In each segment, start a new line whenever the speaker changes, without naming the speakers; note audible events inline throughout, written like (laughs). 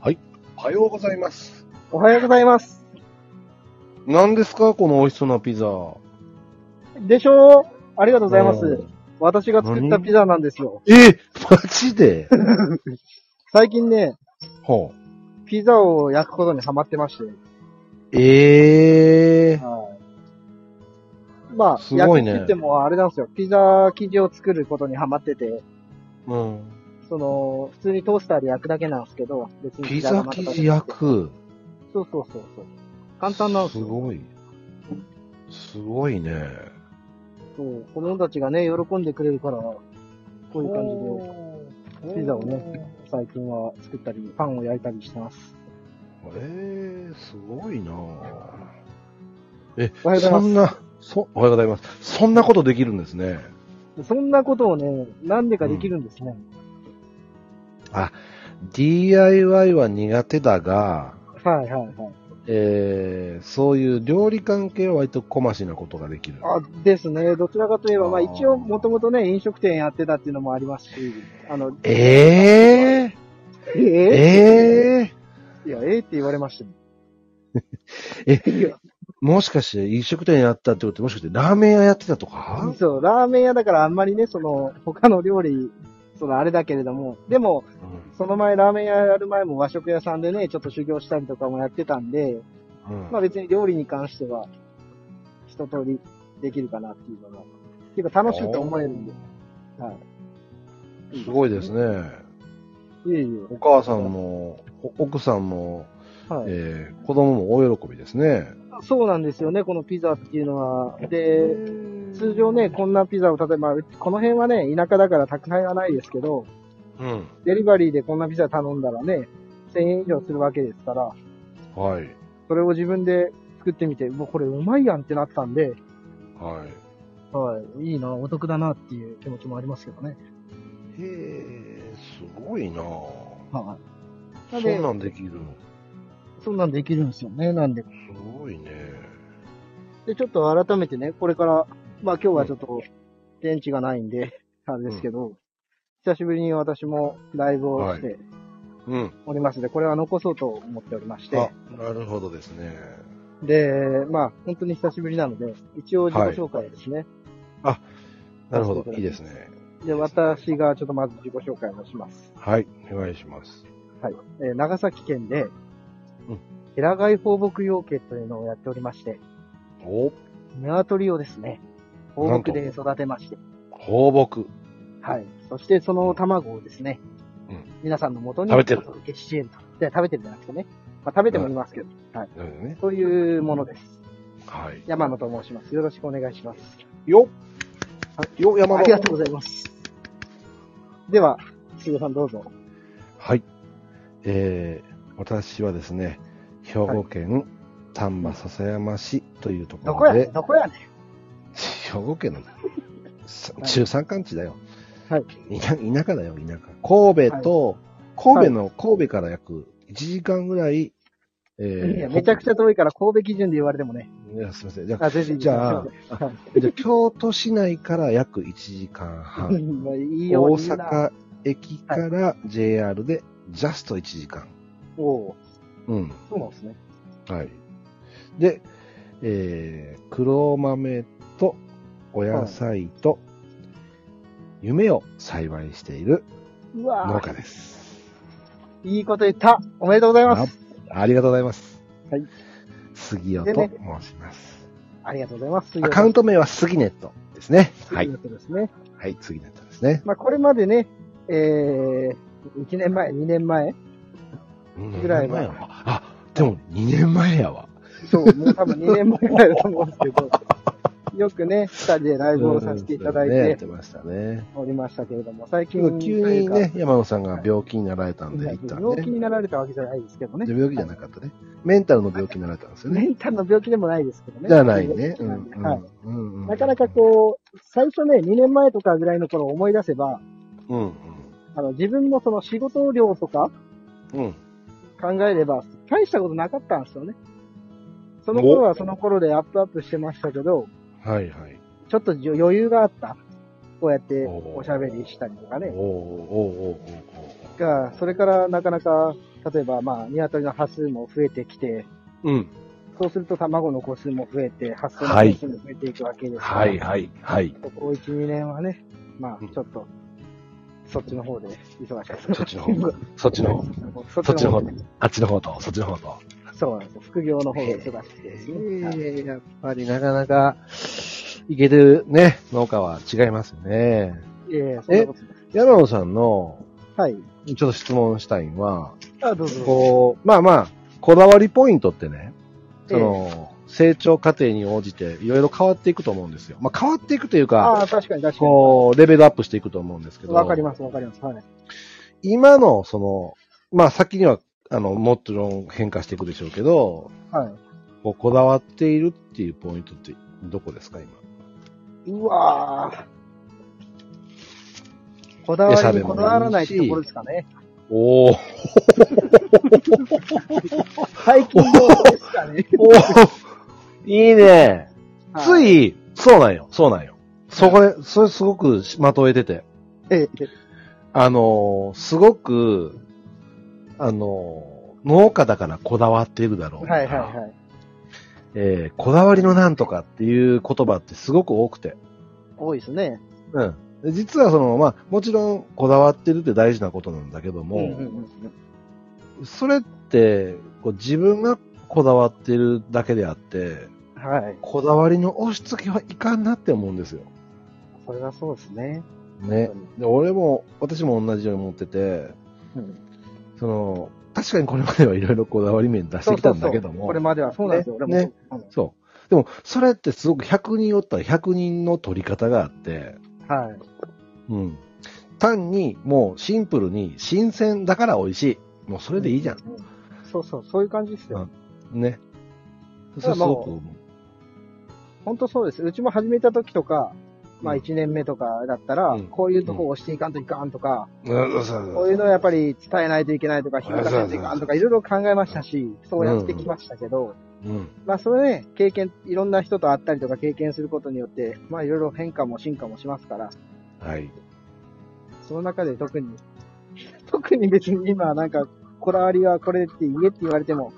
はい。
おはようございます。
おはようございます。
何ですかこの美味しそうなピザ。ありがと
でしょうありがとうございます。。私が作ったピザなんですよ。
えマジで (laughs)
最近ね、
はあ、
ピザを焼くことにハマってまして。
ええ
はい。まあ、
すごいね
焼くって言ってもあれなんですよ。ピザ生地を作ることにハマってて、
うん。
その、普通にトースターで焼くだけなんですけど、別に
ピザ生地焼く。
そうそうそうそう。簡単なんです
す
よ。
ごい。すごいね。
そう子供たちがね、喜んでくれるから、こういう感じ
じ
で、ピザをね、最近は作ったり、パンを焼いたりしてます。
ええすごいなえ、
おはようござい
そ
ます
んな、そ、おはようございます。そんなことできるんですね。
そんなことをね、なんでかできるんですね。
DIY は苦手だが、
はいはいはい。
えー、そういう料理関係は割と小ましなことができる。
あですね。どちらかといえば、まあ
あー
一応もともとね、飲食店やってたっていうのもありますし、あの、
ええ
えー
ー、ええ
いや、ええって言われましたよ。
もしかして飲食店やったってことってもしかしてラーメン屋やってたとか
そう、ラーメン屋だからあんまりね、その、他の料理、そのあれだけれども、でも、その前、ラーメン屋やる前も和食屋さんでね、ちょっと修行したりとかもやってたんで、
うん
まあ別に料理に関しては、一通りできるかなっていうのが、っていうか楽しいと思えるんで。は
すごいですね。
い。いえい
お母さんも、お奥さんも、
え。はい。
えー、子供も大喜びですね。
そうなんですよね、このピザっていうのは。で、通常ね、こんなピザを、例えば、うこの辺はね、田舎だから宅配はないですけど、
うん。
デリバリーでこんなピザ頼んだらね、1000円以上するわけですから、
はい。
それを自分で作ってみて、もうこれうまいやんってなったんで、
はい。
はい、いいな、お得だなっていう気持ちもありますけどね。
へえ、すごいな
は
そ
い。なん
ん
で、
なんできる。
そんなんできるんですよね、なんで。
すごいね。
で、ちょっと改めてね、これから、まあ今日はちょっと、電池がないんで、あれですけど、久しぶりに私もライブをして、
うん。
おりますので、これは残そうと思っておりまして
あ、、なるほどですね。
で、まあ、本当に久しぶりなので、一応自己紹介ですね。
なるほど。いいですね。
で、私がちょっとまず自己紹介をします。
はい。お願いします。
はい。えー長崎県で
うん、
平貝放牧養鶏というのをやっておりまして、
お、
鶏をですね、放牧で育てまして、
放牧。
はい。そしてその卵をですね、
うん
皆さんの元に
食べてる
お届けしていると。で食べてるじゃなくてね、まあ、食べてもいますけど、はい。
なるほどね。
というものです。
はい。
山野と申します。よろしくお願いします。
よよ、山
あ
田
りがとうございます。では、杉田さんどうぞ。
はい。えー、私はですね、兵庫県丹波篠山市というとこ
どこや
ろ
ね
で
ん、どこやね
兵庫県
(laughs)
なんだ。さ
はい
中山間地だよ。
はい
田。田舎だよ、田舎。神戸と、神戸の、神戸から約1時間ぐらい、え
ん。いや
ー、
めちゃくち
ゃ。
ゃ遠いから神戸基準で言われてもね。
いやすみません。じゃあ、
あ、全然いいです
じゃあ
すいませんはい
じゃあ京都市内から約1時間半。
まあいい
大
よ。いいな。
阪駅から JR でジャスト1時間。
おお
うん。
そうなんですね。
はい。で、えー、黒豆とお野菜と夢を栽培している
う
農
わぁ、
家です。
いいこと言った。おめでとうございます。
ありがとうございます。
はい。
杉尾
で
と
ね
申します。
ありがとうございます。
アカウン
ト
ト名は杉ネットですね。は
はい。
い。
ですね。
はい、杉ネットですね。
まあ、これまでね、えー、1年前、2年前。ぐらい前
うん二年やわあ、でも2年前やわ。
そう、もう多分2年前ぐらいだと思うんですけど、よくね、二人でライブをさせていただい
うんそうねやっててましたね。
おりましたけれども、最
急
近とい
に
うか、
ね、山野さんが病気になられたんで、
病
一旦ね
気。になられたわけじゃないですけどね
で。病気じゃなかったね。メンタルの病気になられたんですよ
メ
ね。
ンタルの病気でもないですけどね。
じゃないね。
う
うんんうん
はい
うんうん
なかなかこう、最初ね、2年前とかぐらいの頃思い出せば、
うん。うん
あの、自分のその仕事量とか
うん。うん。
考えれば、大したことなかったんですよね。その頃はその頃でアップアップしてましたけど、
はいはい。
ちょっと余裕があった。こうやって
おー
おしゃべりしたりとか
おー
ね。
おーおーおーおーおー
が、それからなかなか例えば、まあ、鶏の端数も増えてきて、
うん。
そうすると卵の個数も増えて、発生の個数も増えていくわけですから、
はい、はい、はい。
ここ1、2年はね、ま
うん
あ、ちょっと、そっちの方で忙しかった。
そっちの方 (laughs) そっちの方、
そっ
そっ
ち
ち
の
の
方
方
で。
あっちの方と、そっちの方と。
そうなんですよ。副業の方で忙しくてですね。はい
ええやっぱりなかなか、いけてるね、農家は違いますね。
いやいや、そんなことない。
山野さんの、
はい。
ちょっと質問したいのは、
あ、どうぞ。
こう、まあまあ、こだわりポイントってね、
え
その、成長過程に応じていろいろ変わっていくと思うんですよ。まあ変わっていくというか、
ああ、確かに確か
こう、レベルアップしていくと思うんですけ
に。
ど。
わかります、わかります。はい。
今の、その、まあ先には、あの、もちろん変化していくでしょうけど、
はい。
こうこだわっているっていうポイントってどこですか、今。
うわぁ。こだわ
餌
り
で
に
も
こだわらないってところですかね。
おお
最近のことですかね。
おー (laughs) いいね。つ
はい、
い、そうなんよ、そうなんよ。そこで、それすごくまとえてて。
ええ、
あのーすごく、あのー農家だからこだわっているだろう。
はいはいはい。
えーこだわりのなんとかっていう言葉ってすごく多くて。
多いですね。
うん。で実はその、まあ、もちろんこだわってるって大事なことなんだけども、
うんうんうん
それって、こう自分がこだわってるだけであって、
うん。はい。
こだわりの押し付けはいかんなって思うんですよ。
それはそうですね。
ね。で、俺も、私も同じように思ってて、
うん
その、確かにこれまではいろいろこだわり面出してきたんだけども、
これまではそうなんですよ、
ね
俺も。
ねそう。でも、それってすごく100人おったら100人の取り方があって、
うんはい。
うん。単に、もうシンプルに、新鮮だから美味しい。もうそれでいいじゃん。
うそうそう、そういう感じですよ。
ね。
だ
そ
から
れす
まあ
ごく思
本当そうです。うちも始めた時とか、まあ
うん
1年目とかだったら、
うん
こういうとこ押していかんといかんとか、
う。うんそう
こういうのをやっぱり伝えないといけないとか、響かせないといかんとか、いろいろ考えましたし、そうやってきましたけど、
うん。
まあそれね、経験、いろんな人と会ったりとか経験することによって、まあいろいろ変化も進化もしますから、
はい。
その中で特に、 (laughs) 特に別に今なんか、こだわりはこれって言えって言われても、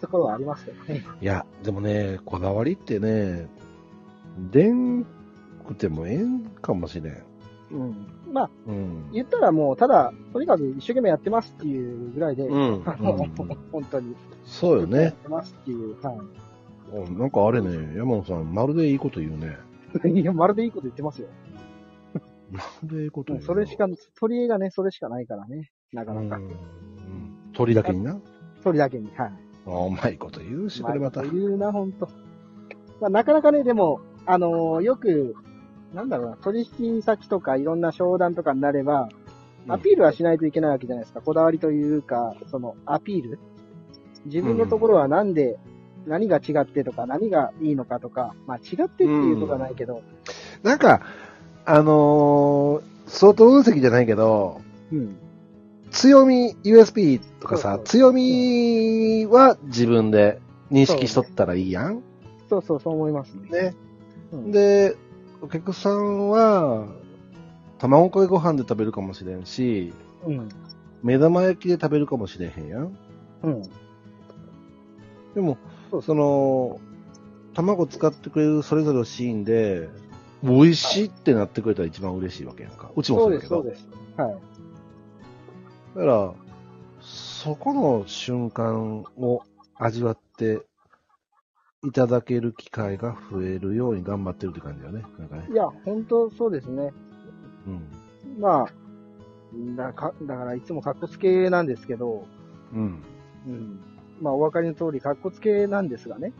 ところはありますけどね。
いや、でもね、こだわりってね、でんくてもええんかもしれん。
うん。まあ、
うん。
言ったらもう、ただ、とにかく一生懸命やってますっていうぐらいで、
うん
あの
うん
本当に。
そうよ
やっ
ね。
てますっていう。は
おなんかあれね、山野さん、まるでいいこと言うね。
い。いや、まるでいいこと言ってますよ。
まるでいいこと言
うん
うな。
それしか、取り柄がね、それしかないからね。なか
う、
なん
う
か。
ん。鳥だけにな。
取りだけに。はい。
あうまいこと言うし、これまた。
う
う
まいこと言うな、ほんと。まあ、なかなかね、でも、あのーよく、なんだろうな、取引先とかいろんな商談とかになれば、
うん
アピールはしないといけないわけじゃないですか。こだわりというか、その、アピール。自分のところはなんで、何が違ってとか、何がいいのかとか、まあ違ってっていうことはないけど、
なんか、あのー、相当分析じゃないけど、
うん。
強み、USB とか
そう
さ
そ、う
強みは自分で認識しとったらいいやん。
そうそう、そう思いますね。
ね。
うん
で、お客さんは、卵かけご飯で食べるかもしれんし、
うん。
目玉焼きで食べるかもしれへんやん。
うん。
でも
そう、
その、卵使ってくれるそれぞれのシーンで、美味しいってなってくれたら一番嬉しいわけやんか。うちも
そ
そううだ
で
け
す、
ど。
そうです。はい。
だから、そこの瞬間を味わっていただける機会が増えるように頑張ってるって感じだよね。なんかね。
いや、本当そうですね。
うん。
まあ、だかだからいつも格好つけなんですけど、
うん。
うん、まあお分かりの通り格好つけなんですがね。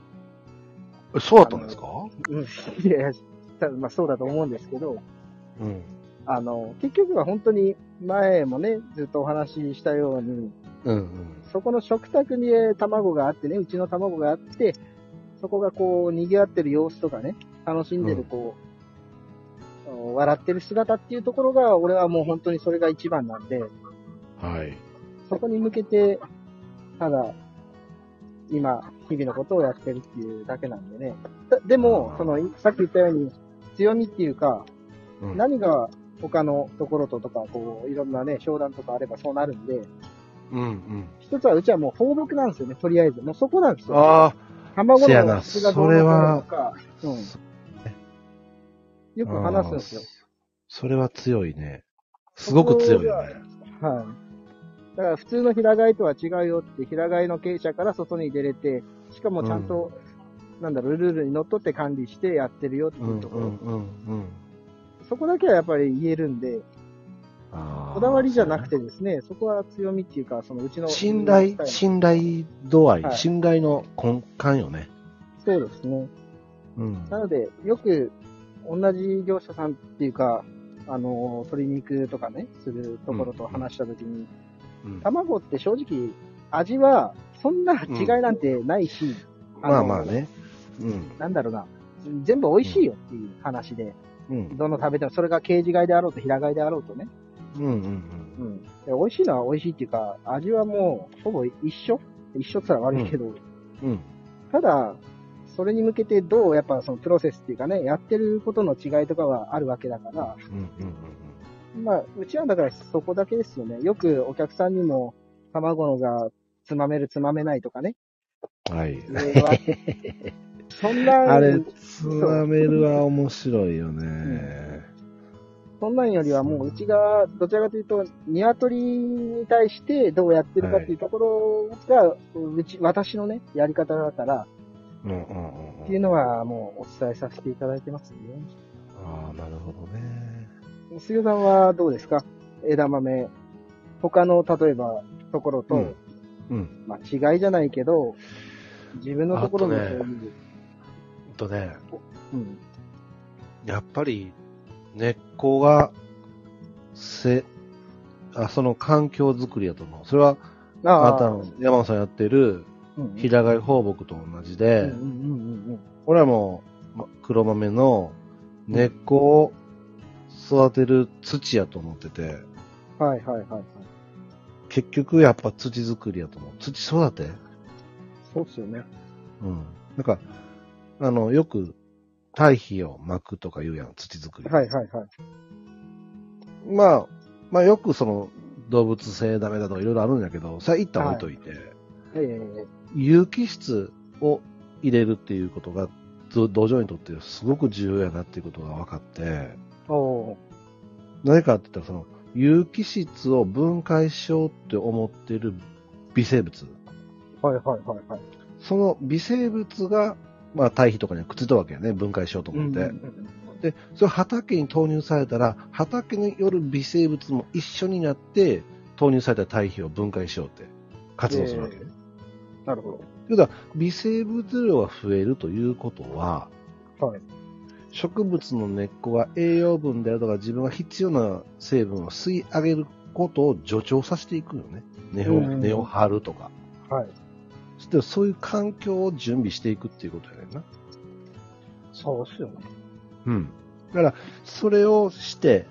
えそうだったんですか
うん、 (laughs) いやいや、たまあそうだと思うんですけど、
うん。
あの、結局は本当に前もね、ずっとお話ししたように、
うんうん。
そこの食卓にえー卵があってね、うちの卵があって、そこがこう、賑わってる様子とかね、楽しんでるこう、笑ってる姿っていうところが、俺はもう本当にそれが一番なんで、
はい。
そこに向けて、ただ、今、日々のことをやってるっていうだけなんでね。だでも
う、ん
その、いさっき言ったように、強みっていうか、
うん
何が他のところととか、こう、いろんなね、商談とかあればそうなるんで、
うんうん。
一つはうちはもう放牧なんですよね、とりあえず。もうそこなんですよ。
あ
卵
せや
の
な
質がどうなのか。
あ、
うん。よく話すんですよ。
あーそれは強いね。すごく強いよね。
はい。だから普通の平飼いとは違うよって、平飼いの経営者から外に出れて、しかもちゃんと、なんだろう、ルールにのっとって管理してやってるよって
う
いうんとこ
う
ろ。
んうんうん。
そこだけはやっぱり言えるんで、
あー
こだわりじゃなくてですね、そこは強みっていうか、そのうちの。
信頼、
そ
信頼度合い、
はい
信頼の根幹よね。
うですね。
うん。
なので、よく、同じ業者さんっていうか、あの、鶏肉とかね、するところと話したときに、
うん
卵って正直、味は、そんな違いなんてないし、
まあまあね。うん。
なんだろうな、全部美味しいよっていう話で、
うん。
どの食べても、それがケージ買いであろうと平飼いであろうとね、
うんうんうん。
うん、で美味しいのは美味しいっていうか、味はもうほぼ一緒一緒ってのは悪いけど、
うん。
ただ、それに向けてどうやっぱそのプロセスっていうかね、やってることの違いとかはあるわけだから、
うんうんうん
まあ、うちはだからそこだけですよね。よくお客さんにも卵のがつまめるつまめない
(laughs)
とかね。
うん。はい。
そんな、
あれ、つまめるは面白いよね。
そんなんよりはもううちが、どちらかというと、鶏に対してどうやってるかっていうところが、うち、私のね、やり方だから、
うんうんうんうん。
っていうのはもうお伝えさせていただいてますね。
ああ、なるほどね。
杉尾さんはどうですか枝豆。他の、例えば、ところと、
うんうん。
まあ違いじゃないけど、自分のところのそう
あ
い
と
う、
えっとね、
うん。
やっぱり根っこが、せ、あ、その環境づくりやと思う。それは、
あ
あなたの山本さんやってる
うん
平飼い放牧と同じ
うん
で
うん、うんうん
俺はもうま黒豆の根っこを育てる土やと思ってて、
うん。はいはいはいはい。
結局やっぱ土作りやと思う。土育て
そうっすよね。
うん。なんか、あの、よく堆肥を巻くとか言うやん、土作り。
はいはいはい。
まあ、まあよくその動物性ダメだとかいろいろあるんだけど、さあ一旦置いといて、
ええ
有機質を入れるっていうことが、ど土壌にとってすごく重要やなっていうことが分かって、
おー
なぜかって言ったら、その、有機質を分解しようって思ってる微生物。
はいはいはいはい。
その微生物が、まあ、堆肥とかにはくっついたわけやね。分解しようと思って。
うんうんうん
で、それ畑に投入されたら、畑による微生物も一緒になって、投入された堆肥を分解しようって活動するわけね。
なるほ
ということは、微生物量が増えるということは、
ど。はい。
植物の根っこが栄養分であるとか自分が必要な成分を吸い上げることを助長させていくよね。根を、
うん
根を張るとか。
はい。
そしてそういう環境を準備していくっていうことやねんな。
そうっすよね。
うん。だから、それをして、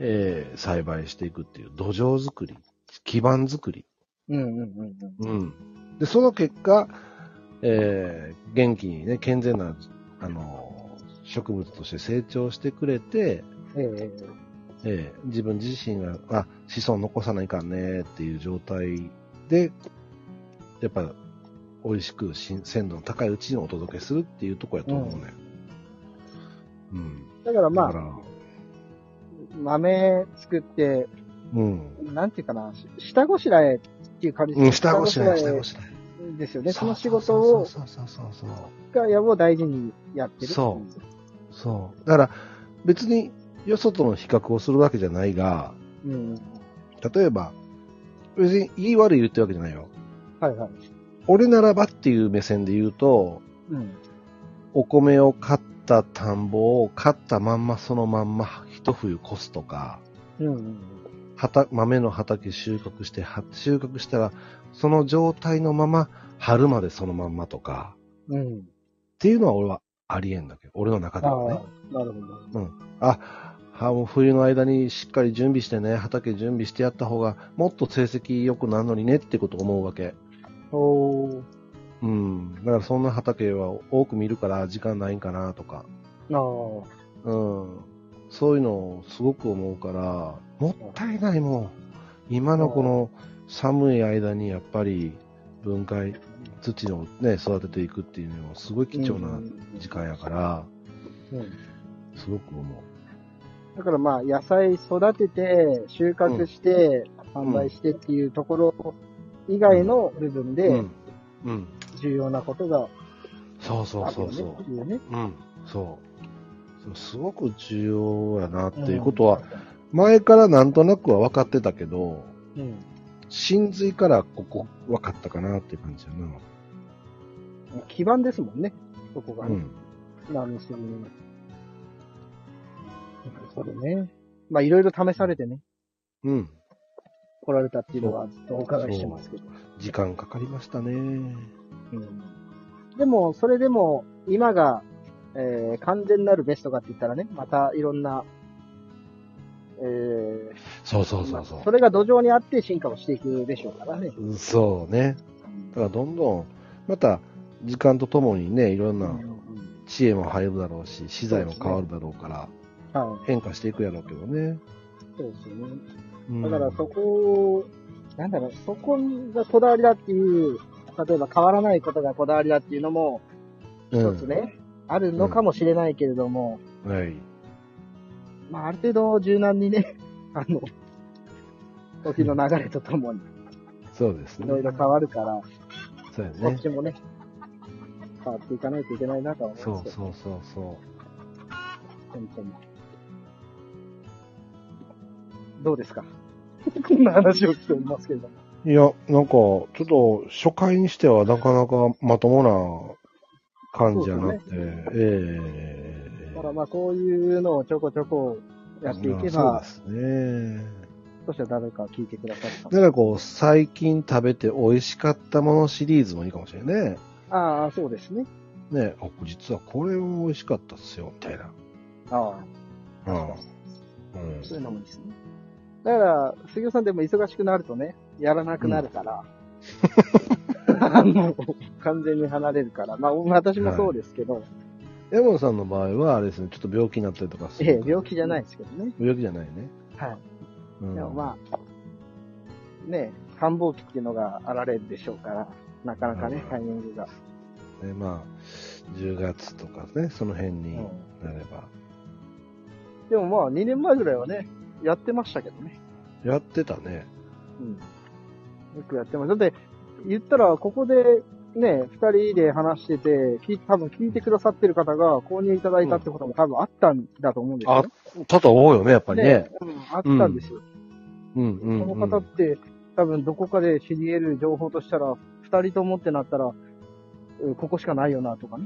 えー栽培していくっていう土壌作り、基盤作り。
うんうんうんうん。
うん。で、その結果、えー元気にね、健全な、あのー植物として成長してくれて、
ええ
ええ自分自身が、あ、子孫残さないかんねっていう状態で、やっぱ、美味しく新鮮度の高いうちにお届けするっていうところやと思うね。うん。
だから
だ
ま
か
あ、
ら、
豆作って、
うん。
なんていうかな、し下ごしらえっていう感じ
うん、下ごしらえ、下ごしらえ。
ですよね。その仕
そう
事を、
そうそうそうそうそう。
が、やを大事にやってるってい
そそう。だから、別に、よそとの比較をするわけじゃないが、
う。うん。
例えば、別に言い悪い言ってるわけじゃないよ。
はいはい。
俺ならばっていう目線で言うと、
うん。
お米を買った田んぼを買ったまんまそのまんま一冬越すとか、
うんうん
畑豆の畑収穫して、は収穫したらその状態のまま春までそのまんまとか、
うん。うん。
っていうのは俺はありえんだけど、俺の中
あ
で
あ
はね。、
なるほど。
あ、はもう冬の間にしっかり準備してね、畑準備してやった方がもっと成績良くなるのにねってことを思うわけ。
おー。
うん。だからそんな畑は多く見るから時間ないんかなとか。
ああ。
うん。そういうのをすごく思うから、もったいないもん。今のこの寒い間にやっぱり分解、土をね、育てていくっていうのはすごい貴重な時間やから、
うん
すごく思
だからまあ、野菜育てて、収穫して、販売してっていうところ以外の部分
う。う
で
ん。うん。
重要なことが
そうそう
ある
そ
よ
う
ね
そ
っていうね。
う。うん。そう。すごく重要やなっていうことは、前からなんとなくは分かってたけど、
うん、
真髄からここ分かったかなっていう感じやな。
うん。基盤ですもんね、そこが
う
ね。
ん。
なんですよね。なるほどね。まあ、いろいろ試されてね、
うん。
来られたっていうのはずっとお伺いしてますけど。
時間かかりましたね。
うんでも、それでも、今が、えー完全なるベストかって言ったらね、またいろんな、えー
そうそうそうそ
まあれが土壌にあって進化をしていくでしょうからね。
う。そうね。だからどんどん、また時間とともにね、いろん
う
なん
うん
知恵も入るだろうし、資材も変わるだろうから、
はい。
変化していくやろうけどね。
そうですよね。
うん
だからそこを、なんだろう、そこがこだわりだっていう、例えば変わらないことがこだわりだっていうのも、一つ。ね、あるのかもしれないけれども、
うんはい。
まあ、ある程度柔軟にね、 (laughs) あの、時の流れとともに
そうです
い
ね。
ろいろ変わるから、
そうや
そっ
ね。
ちもね、変わっていかないといけないなとは
そ
思いうますけど、
そうそうそ
本当に。どうですか (laughs) こんな話をしておりますけれども。
う。いや、なんか、ちょっと、初回にしてはなかなかまともな感じやなって。ええ
だからまあこういうのをちょこちょこやっていけ
まあ
ば、
そうですね。
少しは誰か聞いてくださるかも
だからこう、最近食べて美味しかったものシリーズもいいかもしれないね。
ああ、そうですね。
ね、あ、実はこれも美味しかったっすよ、みたいな。
ああ、
うん。
そういうのもいいですね。だから、杉尾さんでも忙しくなるとね、やらなくなるから、 (laughs) あの、完全に離れるから、まあ私もそうですけど、
山野さんの場合は、あれですね、ちょっと病気になったりとかする
ええ、病気じゃない
い。
ですけどね。
病気じゃないね。
はい。
うん、
でもまあ、ねえ、繁忙期っていうのがあられるでしょうから、なかなかね
う、ん
タイミングが。
あ。ね、まあ、10月とかね、その辺になれば。
でもまあ、2年前ぐらいはね、やってましたけどね。
やってたね。
うん。よくやってます。だって、言ったら、ここで、ね、二人で話してて、聞い多分聞いてくださってる方が購入いただいたってことも多分あったんだと思うんですよ、
あ、たと思うよね、やっぱりね。
うんあったんですよ。
うんうん、うん。
この方って、多分どこかで知り得る情報としたら、二人ともってなったら、うんここしかないよなとかね。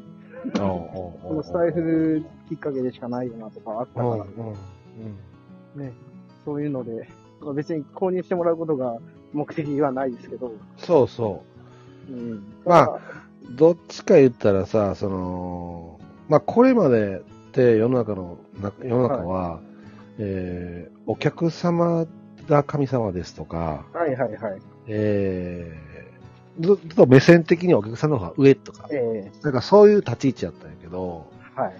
こ
こ
のスタイフきっかけでしかないよなとかあった
うんうん
か
うん。
らね、そういうので、まあ別に購入してもらうことが目的はないですけど、
そうそう。
うん。
まあどっちか言ったらさ、その、まあ、これまでって世の中の、な世の中は、えーお客様が神様ですとか、
はいはいはい。
えーずずっと目線的にはお客さんの方が上とか
え、え
なんかそういう立ち位置やったんやけど、
はい。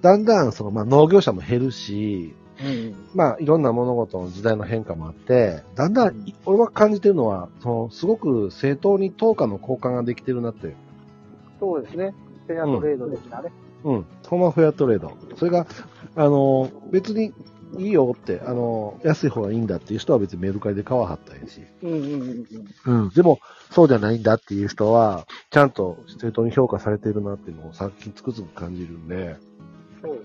だんだんその、まあ、農業者も減るし、
うん。
まあ、いろんな物事の時代の変化もあって、だんだん、俺は感じてるのは、その、すごく正当に等価の交換ができてるなって
そうですね。フェアトレード的なね。
うん、そのフェアトレード。それが、あの、別にいいよって、あの、安い方がいいんだっていう人は別にメルカリで買わはったんやし。
うんうんうんうん。
うん。でも、そうじゃないんだっていう人は、ちゃんと正当に評価されてるなっていうのを最近つくづく感じるんで、
そうで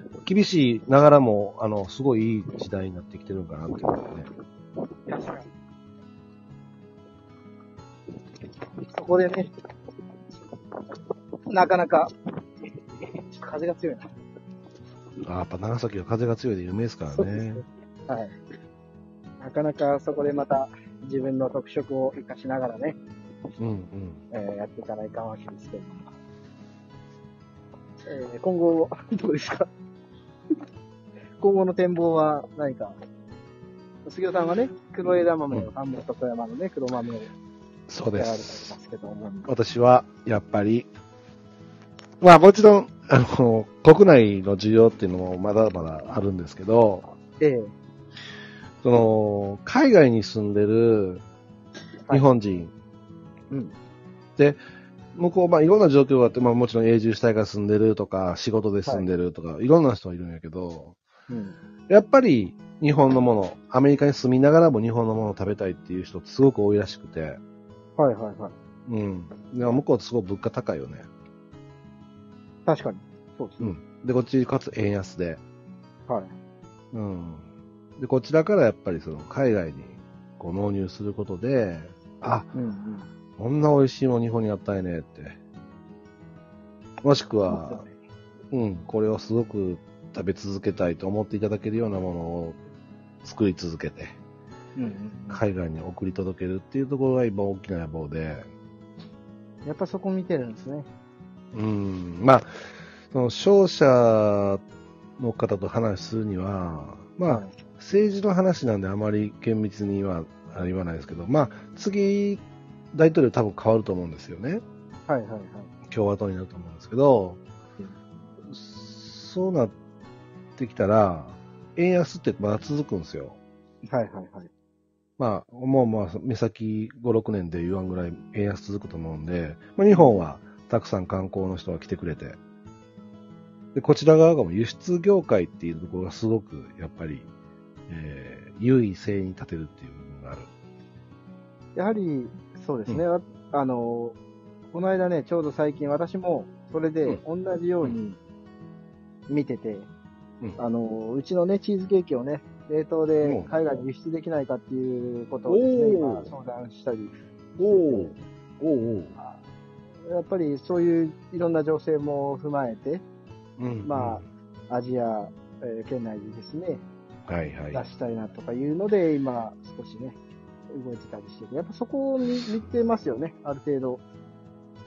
すね。
厳しいながらも、あの、すごいいい時代になってきてるんかなって思うね。
確かに。そこでね、なかなか、風が強いな。
あーやっぱ長崎は風が強いで有名ですから
そうです
ね
ね。はい。なかなかそこでまた自分の特色を活かしながらね、
うんうん。
えーやっていかないかんわけですけど。えー今後、どうですか (laughs) 今後の展望は何か杉尾さんはね、黒枝豆
う
を、半分と富山のね、黒豆をや
そう
られ
で。
てますすけども。
私は、やっぱり、まあもちろん、あの、国内の需要っていうのもまだまだあるんですけど、
ええ
その、海外に住んでる
は
日
い
本人。
うん
で、向こう、まあ、いろんな状況があって、まあ、もちろん永住したいから住んでるとか、仕事で住んでるとか、い、ろんな人がいるんやけど、
うん。
やっぱり日本のもの、アメリカに住みながらも日本のものを食べたいっていう人すごく多いらしくて、
はいはいはい。
うん。でも向こうすごい物価高いよね。
確かに。そうです
う
ね。
ん。で、こっちかつ円安で、
はい。
うん。で、こちらからやっぱりその海外にこう納入することで、あ、
うんうん。
こんな美味しいもん日本にあったんやねって。もしくは、うん、これをすごく食べ続けたいと思っていただけるようなものを作り続けて、
うんうん
海外に送り届けるっていうところが今大きな野望で、
やっぱそこ見てるんですね。
うん、まあ、その商社の方と話するには、まあ
は、い
政治の話なんであまり厳密にはあ言わないですけど、まあ、次、大統領多分変わると思うんですよね。
はいはいはい。
共和党になると思うんですけど、そうなってきたら、円安ってまだ続くんですよ。
はいはいはい。
まあ、もうまあ、目先5、6年で言わんぐらい円安続くと思うんで、まあ、日本はたくさん観光の人が来てくれて、で、こちら側がもう輸出業界っていうところがすごく、やっぱり、えー、優位性に立てるっていう部分がある。
やはり、そうですね。ああの、この間ね、ちょうど最近私も、それで同じように見てて、
うん
あの、うちのね、チーズケーキをね、冷凍で
お
海外に輸出できないかっていうことをですね、
おー
今相談したり
おおおお
やっぱりそういういろんな情勢も踏まえて、
うん
まアジア、えー圏内にですね、
あ、はいはい。
出したいなとかいうので、今、少しね、動いてたりしてて、やっぱそこを見見てますよね、ある程度。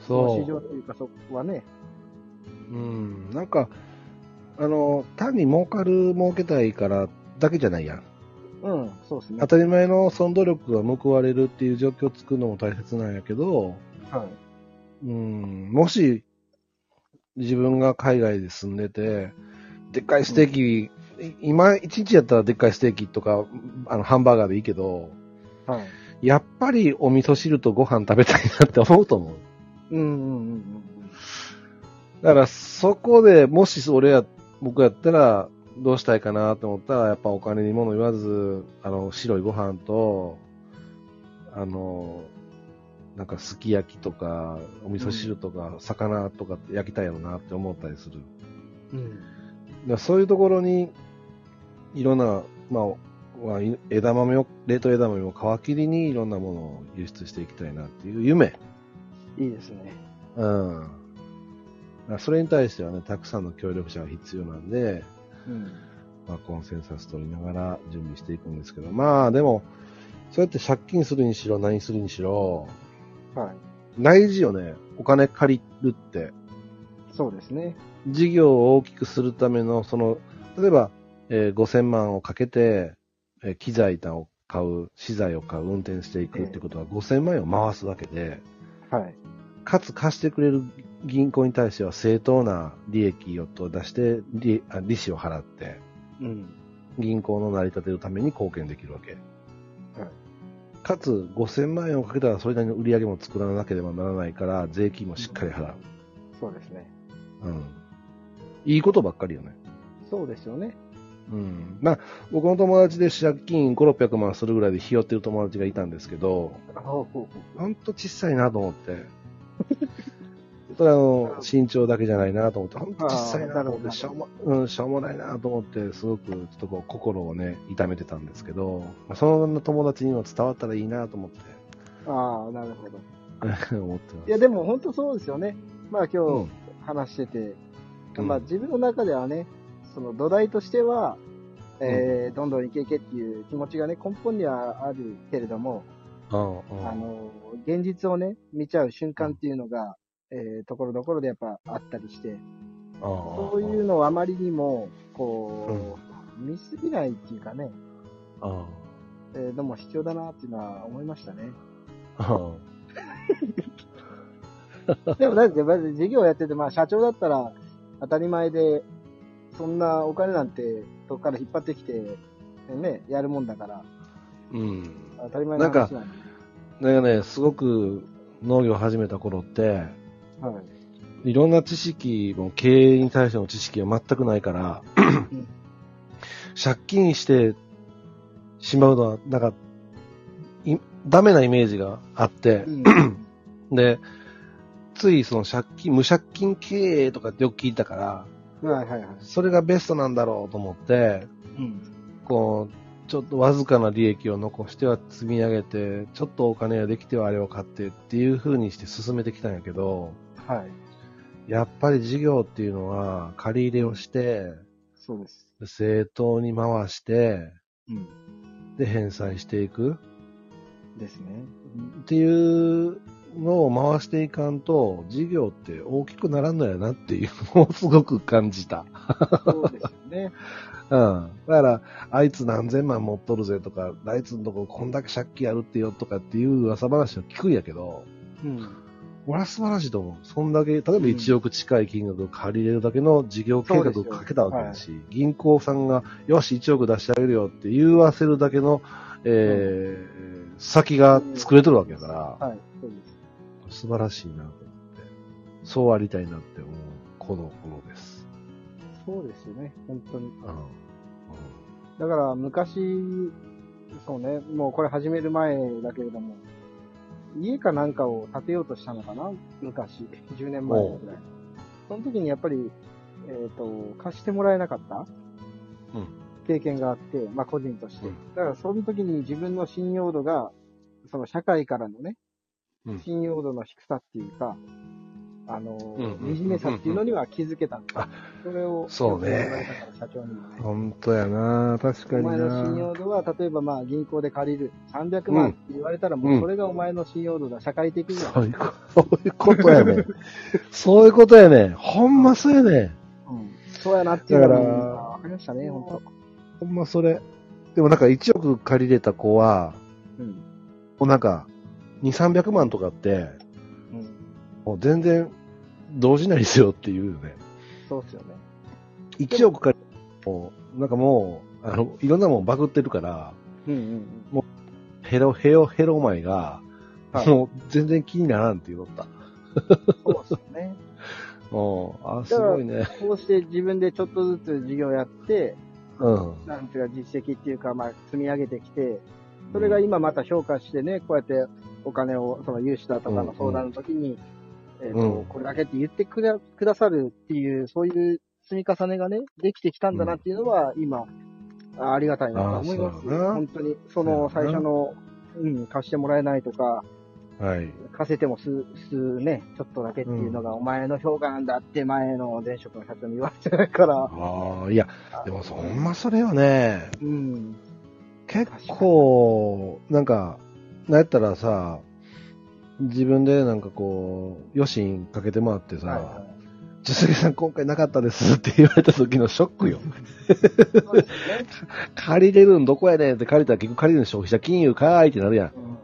そう。
市場というか、そこはね。
うん、なんか、あの、単に儲かる、儲けたいからだけじゃないやん。
うん、そうですね。
当たり前のその努力が報われるっていう状況を作るのも大切なんやけど、
はい。
うん、もし、自分が海外で住んでて、でっかいステーキ、い今、一日やったらでっかいステーキとか、あの、ハンバーガーでいいけど、
はい。
やっぱりお味噌汁とご飯食べたいなって思うと思う。
うんうんうんうん。
だから、そこでもし俺や、僕やったら、どうしたいかなと思ったら、やっぱお金に物言わず、あの、白いご飯と、あの、なんかすき焼きとか、お味噌汁とか、魚とかって焼きたいやろなって思ったりする。
うん。
だからそういうところに、いろんな、まあまあ、い枝豆を、冷凍枝豆を皮切りにいろんなものを輸出していきたいなっていう夢。
いいですね。
うん。だからそれに対してはね、たくさんの協力者が必要なんで、
うん。
まあ、コンセンサス取りながら準備していくんですけど、まあでも、そうやって借金するにしろ、何するにしろ、
はい。
大事よね。お金借りるって。
そうですね。
事業を大きくするための、その、例えば、えー5000万をかけて、えー機材を買う、資材を買う、運転していくってことは、5000万円を回すわけで、
はい。
かつ貸してくれる銀行に対しては正当な利益を出して、利あ利子を払って、
うん。
銀行の成り立てるために貢献できるわけ。
はい
かつ、5000万円をかけたらそれなりの売り上げも作らなければならないから、税金もしっかり払う。
そうですね。
うん。いいことばっかりよね。
そうですよね。
うん。まあ、僕の友達で借金5、600万するぐらいでひよってる友達がいたんですけど、
ほうほうほ
ほんと小さいなと思って。それはあの、身長だけじゃないなと思って、ほんと小さいなと思っ
あーなるほど
て、しょうも、うん、しょうもないなと思って、すごくちょっとこう、心をね、痛めてたんですけど、まあその友達にも伝わったらいいなと思って、 (laughs)
うああ、なるほど。
思ってます。
いや、でも本当そうですよね。まあ今日、
うん、
話してて、
うん
まあ自分の中ではね、その土台としては、えーどんどんいけいけっていう気持ちがね、根本にはあるけれども、
うん、
あ
うん。
の、現実をね、見ちゃう瞬間っていうのが、えーところどころでやっぱあったりして、
そ
そうい
う。
うのをあまりにも、こう、見すぎないっていうかね、
あ
えーのも必要だなっていうのは思いましたね。
あうん
でもだって、まず事業やってて、まあ社長だったら当たり前で、そんなお金なんて、どっから引っ張ってきて、ね、やるもんだから、
うん。
当たり前の話なんで。
なんかね、すごく農業を始めた頃って、
はい。
いろんな知識も経営に対しての知識が全くないから、借金してしまうのは、なんか、いダメなイメージがあって
う、ん。 (clears throat)
で、ついその借金、無借金経営とかってよく聞いたから、
はいはいはい。
それがベストなんだろうと思って、
うん。
こう、ちょっとわずかな利益を残しては積み上げて、ちょっとお金ができてはあれを買ってっていう風にして進めてきたんやけど、
はい。
やっぱり事業っていうのは借り入れをして、
そうです。
正当に回して、
うん。
で返済していく
ですね。
っていうのを回していかんと、事業って大きくならんのやなっていうのをすごく感じた。
そうですよね。
うん。だから、あいつ何千万持っとるぜとか、あいつのとここんだけ借金やるってよとかっていう噂話を聞くんやけど、
うん。
俺は素晴らしいと思う。そんだけ、例えば
ん
1億近い金額を借りれるだけの事業計画をかけたわけだし、銀行さんが、よし、1億出してあげるよって言わせるだけの、えー先が作れとるわけだから、
はい。そうです。
素晴らしいなと思って、そうありたいなって思う、この頃です。
そうですよね。本当に。
うんうん
だから昔、そうね、もうこれ始める前だけれども、家かなんかを建てようとしたのかな昔、10年前ぐらい。その時にやっぱり、えっ、と、貸してもらえなかった
うん
経験があって、まあ個人として。
うん
だからその時に自分の信用度が、その社会からのね
うん、
信用度の低さっていうか、あの、
んうん
惨めさっていうのには気づけたんですよ
あ
それを、
そうね
よく言われたから社長にもね。
本当やな確か
お
に
前の信
な
用度は、例えばまあ銀行で借りる300万って言われたら、もううんそれがお前の信用度だ、社会的には。
そういうこと、そういうことやねん。そういうことやねん。ほんまそうやねん。
うんそうやなっていうの
だから
が分かりましたね、本
ほんまそれ。でもなんか1億借りれた子は、
当。うん。
もうなんか、2、300万とかって、
うん。
もう全然、動じないですよっていうよね。
そうっすよね。
1億借り、もう、なんかもう、あの、いろんなもんバグってるから、
うんうんうん。
ヘロヘロヘロ前が、
はい
もう全然気にならんって言おった。
そうっすよね。
うん。あ、すごいね。
こうして自分でちょっとずつ事業やって、
うん。
なんていうか実績っていうか、まあ積み上げてきて、それが今また評価してね、こうやってお金を、その融資だとかの相談の時に、えっ、
う
と
ん、
これだけって言ってくだくださるっていう、そういう積み重ねがね、できてきたんだなっていうのは、今、あありがたいなと思いま
あ
す。
そうだな
本当に、その
そう
最
だな
初の、うん、貸してもらえないとか、
はい。
貸せても数、数ね、ちょっとだけっていうのが、お前の評価なんだって前の前職の社長に言われてるから、
ああ、いや、でもそほんまそれよね。
うん、
結構、なんか、なんやったらさ、自分でなんかこう、余震かけてもらって
はい
さ
は、
ジュスケさん今回なかったですって言われた時のショック
(laughs)
よ。
い。そうですよね。
借りれるんどこやねんって借りたら結局借りるの消費者金融かーいってなるやん。
うんうんうん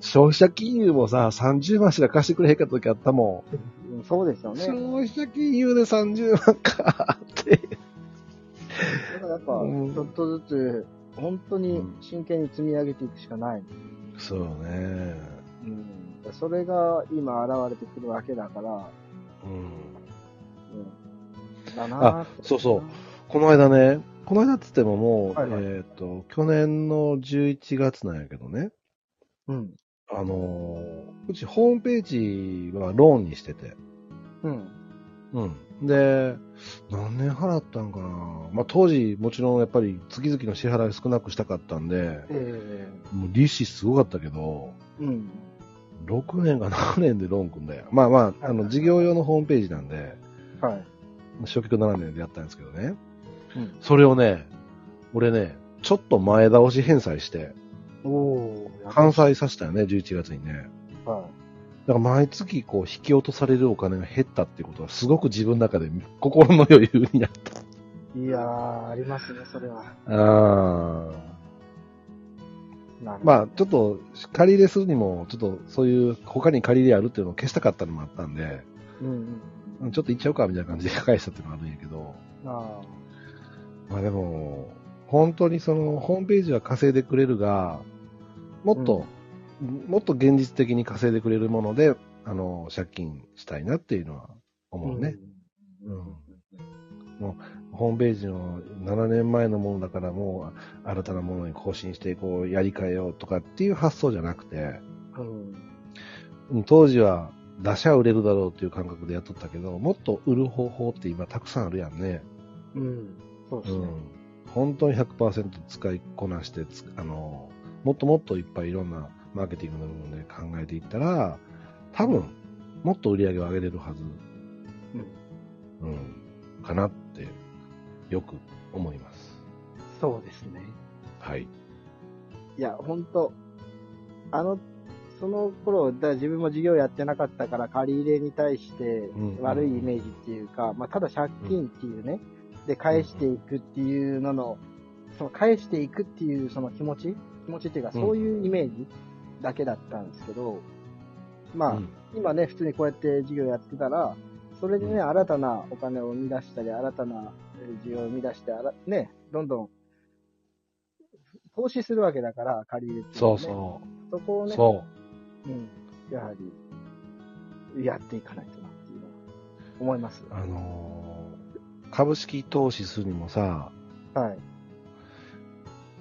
消費者金融もさ、30万しか貸してくれへんかった時あったも
うんそうですよ
ん。
ね。
消費者金融で30万かーって。
だからやっぱ、
うん
ちょっとずつ、本当に真剣に積み上げていくしかない。
そうね。
うん、それが今現れてくるわけだか
う
ら、
ん。
うん、だ
あ
なぁ
そうそうこの間ね、この間って言ってももう、
はいはい
えっ、と、去年の11月なんやけどね、
う。うん。
あのーうちホームページはローンにしてて、
うん。
うん。で、何年払ったんかなまあ、当時、もちろんやっぱり月々の支払い少なくしたかったんで、
ええ
もう利子すごかったけど、
うん。
6年か7年でローン組んだよ。まあまあ、あの、事業用のホームページなんで、
はい。
初期と7年でやったんですけどね。
うん、
それをね、俺ね、ちょっと前倒し返済して、
おおー。や
完済させたよね、11月にね。
っぱ
だから毎月こう引き落とされるお金が減ったってことはすごく自分の中で心の余裕になった。
りいやー、ありますね、それは。
あ
なるほど
まあちょっと借り入れするにもちょっとそういう他に借り入れあるっていうのを消したかったのもあったんで、
うんうんうん。
ちょっと行っちゃうかみたいな感じで返したっていうのがあるんやけど、
あ
まあでも本当にそのホームページは稼いでくれるが、もっともっと現実的に稼いでくれるもので、あの、借金したいなっていうのは思うね。うん。もう、ホームページの7年前のものだからもう、新たなものに更新して、こう、やり替えようとかっていう発想じゃなくて、
うん。
うん当時は、出しゃ売れるだろうっていう感覚でやっとったけど、もっと売る方法って今たくさんあるやんね。
うん。そうで
う
すね。
ん。本当に100%使いこなしてつ、あの、もっともっといっぱいいろんなマーケティングの部分で考えていったら、多分、もっと売り上げを上げれるはず、
うん
うん、かなって、よく思います。
そうですね。
はい。
いや、ほんと、あの、その頃、だ自分も事業やってなかったから、借り入れに対して
うん
悪いイメージっていうか、まあ、ただ借金っていうね、で、返していくっていうのの、その返していくっていうその気持ち、気持ちっていうか、
うん
そういうイメージだけだったんですけど、まあ、
うん
今ね、普通にこうやって事業やってたら、それでね、
う
新たなお金を生み出したり、新たなえー事業を生み出して、あらね、どんどん投資するわけだから、借り入れっていの
そ
は
う
ね
そ
そこを
う。
ね、、
そう
ん、やはり、やっていかないとなっていうのは思います
う。。あのー株式投資するにもさ、
はい。